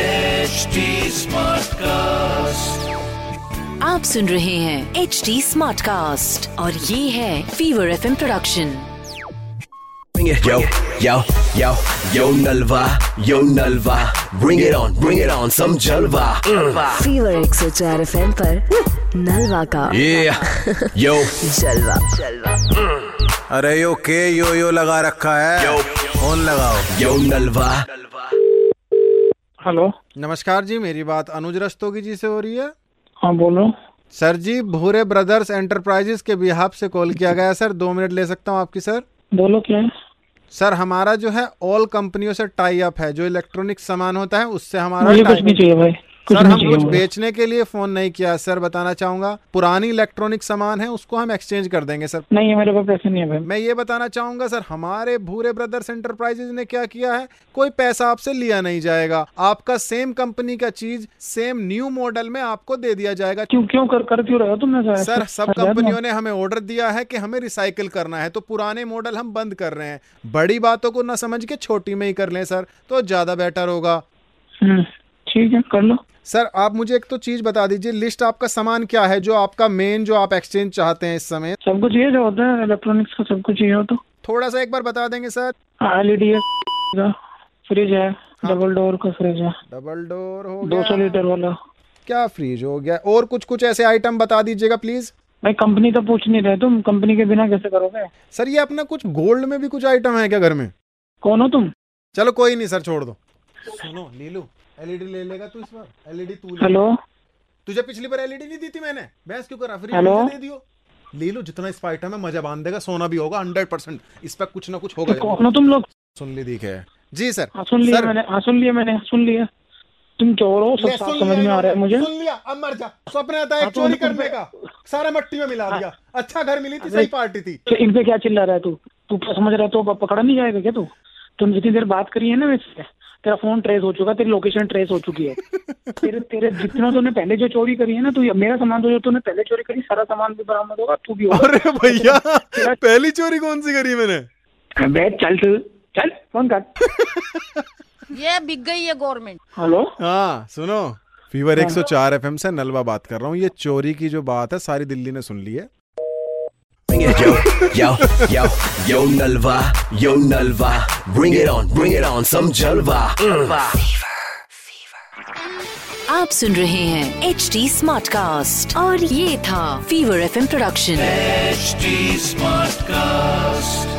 HD Smartcast. आप सुन रहे हैं एच डी स्मार्ट कास्ट और ये है fever F production Bring it. Yo, yo, yo, yo Nalva, yo Nalva. Bring it on, bring it on, some Jalva. Mm. Fever एक सौ चार एफ एम नलवा का Yeah, yo, जलवा जलवा अरे यो के यो यो लगा रखा है Yo. फोन लगाओ yo Nalva. हेलो नमस्कार जी मेरी बात अनुज रस्तोगी जी से हो रही है हाँ बोलो सर जी भूरे ब्रदर्स एंटरप्राइजेस के बिहाफ से कॉल किया गया है, सर दो मिनट ले सकता हूँ आपकी सर बोलो क्या है सर हमारा जो है ऑल कंपनियों से टाई अप है जो इलेक्ट्रॉनिक सामान होता है उससे हमारा मुझे tie कुछ up नहीं चाहिए भाई कुछ सर नहीं हम चाहिए कुछ मुझे। बेचने के लिए फोन नहीं किया है, सर बताना चाहूंगा पुरानी इलेक्ट्रॉनिक सामान है उसको हम एक्सचेंज कर देंगे सर नहीं है मेरे पास पैसे नहीं है भाई मैं ये बताना चाहूंगा सर हमारे भूरे ब्रदर्स एंटरप्राइजेज ने क्या किया है कोई पैसा आपसे लिया नहीं जाएगा आपका सेम कंपनी का चीज सेम न्यू मॉडल में आपको दे दिया जाएगा क्यों क्यों कर कर क्यों रहे हो तुमने ऐसा- सर सब ऐसा- कंपनियों ने हमें ऑर्डर दिया है कि हमें रिसाइकिल करना है तो पुराने मॉडल हम बंद कर रहे हैं बड़ी बातों को ना समझ के छोटी में ही कर लें सर तो ज्यादा बेटर होगा हम्म, ठीक है कर लो सर आप मुझे एक तो चीज बता दीजिए लिस्ट आपका सामान क्या है जो आपका मेन जो आप एक्सचेंज चाहते हैं इस समय सब कुछ ये जो होता है इलेक्ट्रॉनिक्स का सब कुछ ये हाँ, हो तो थोड़ा सा एक बार बता देंगे सर एल ई डी का फ्रिज है हाँ। डबल डोर का फ्रिज है डबल डोर हो दो गया सौ लीटर वाला क्या फ्रीज हो गया और कुछ कुछ ऐसे आइटम बता दीजिएगा प्लीज भाई कंपनी का पूछ नहीं रहे तुम कंपनी के बिना कैसे करोगे सर ये अपना कुछ गोल्ड में भी कुछ आइटम है क्या घर में कौन हो तुम चलो कोई नहीं सर छोड़ दो सुनो नीलू एलईडी ले लेगा तू इस बार एलईडी तू ले। हेलो तुझे पिछली बार एलईडी नहीं दी थी मैंने बहस क्यों करा फ्री E हेलो? दे दियो ले लो जितना इस पर आइटम है मजा बांध देगा सोना भी होगा हंड्रेड परसेंट इस पर कुछ ना कुछ होगा कौन हो तुम लोग सुन ली दिखे जी सर हाँ सुन लिया सर, मैंने हाँ सुन लिया मैंने सुन लिया तुम चोर हो सब ले, साफ सुन समझ में लिया आ रहा है मुझे सुन लिया अब मर जा सपना था हाँ, एक तो चोरी उनको- हाँ। करने का सारा मट्टी में मिला दिया अच्छा घर मिली थी सही पार्टी थी तो इन पे क्या चिल्ला रहा है तू तू क्या समझ रहा है तो अब पकड़ा नहीं जाएगा क्या तू तुम जितनी देर बात करी है ना इससे तेरा फोन ट्रेस हो चुका तेरी लोकेशन ट्रेस हो चुकी है तेरे तेरे जितना तूने पहले जो चोरी करी है ना तू ये- मेरा सामान तो जो तूने पहले चोरी करी सारा सामान भी बरामद होगा तू भी होगा अरे भैया तो पहली चोरी कौन सी करी मैंने बैठ चल तू चल फोन काट ये बिक गई है गवर्नमेंट हेलो हाँ सुनो फीवर हाँ। 104 एफएम से नलवा बात कर रहा हूँ ये चोरी की जो बात है सारी दिल्ली ने सुन ली है Bring it, yo, yo, yo, yo Nalva, yo Nalva. Bring it on, bring it on, some Jalva. Mm. आप सुन रहे हैं एच डी स्मार्ट कास्ट और ये था fever F production HD Smartcast.